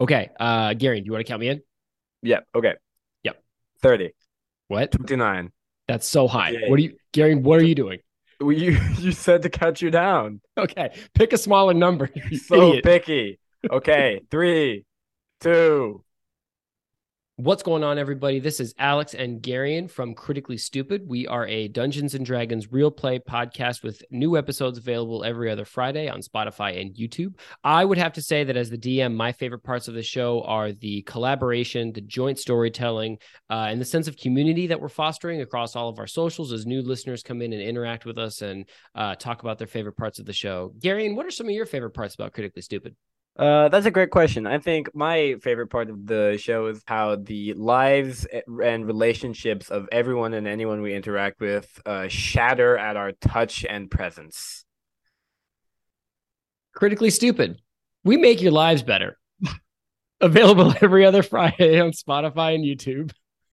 Okay. Uh, Gary, do you want to count me in? Yep. Okay. Yep. 30, What? 29. That's so high. Yeah. What are you, Gary? What are you doing? Well, you, you said to cut you down. Okay, pick a smaller number. you So idiot. picky. Okay. Three, two. What's going on, everybody? This is Alex and Garion from Critically Stupid. We are a Dungeons and Dragons real play podcast with new episodes available every other Friday on Spotify and YouTube. I would have to say that as the DM, my favorite parts of the show are the collaboration, the joint storytelling, uh, and the sense of community that we're fostering across all of our socials as new listeners come in and interact with us and uh, talk about their favorite parts of the show. Garion, what are some of your favorite parts about Critically Stupid? Uh, that's a great question. I think my favorite part of the show is how the lives and relationships of everyone and anyone we interact with uh, shatter at our touch and presence. Critically Stupid. We make your lives better. Available every other Friday on Spotify and YouTube.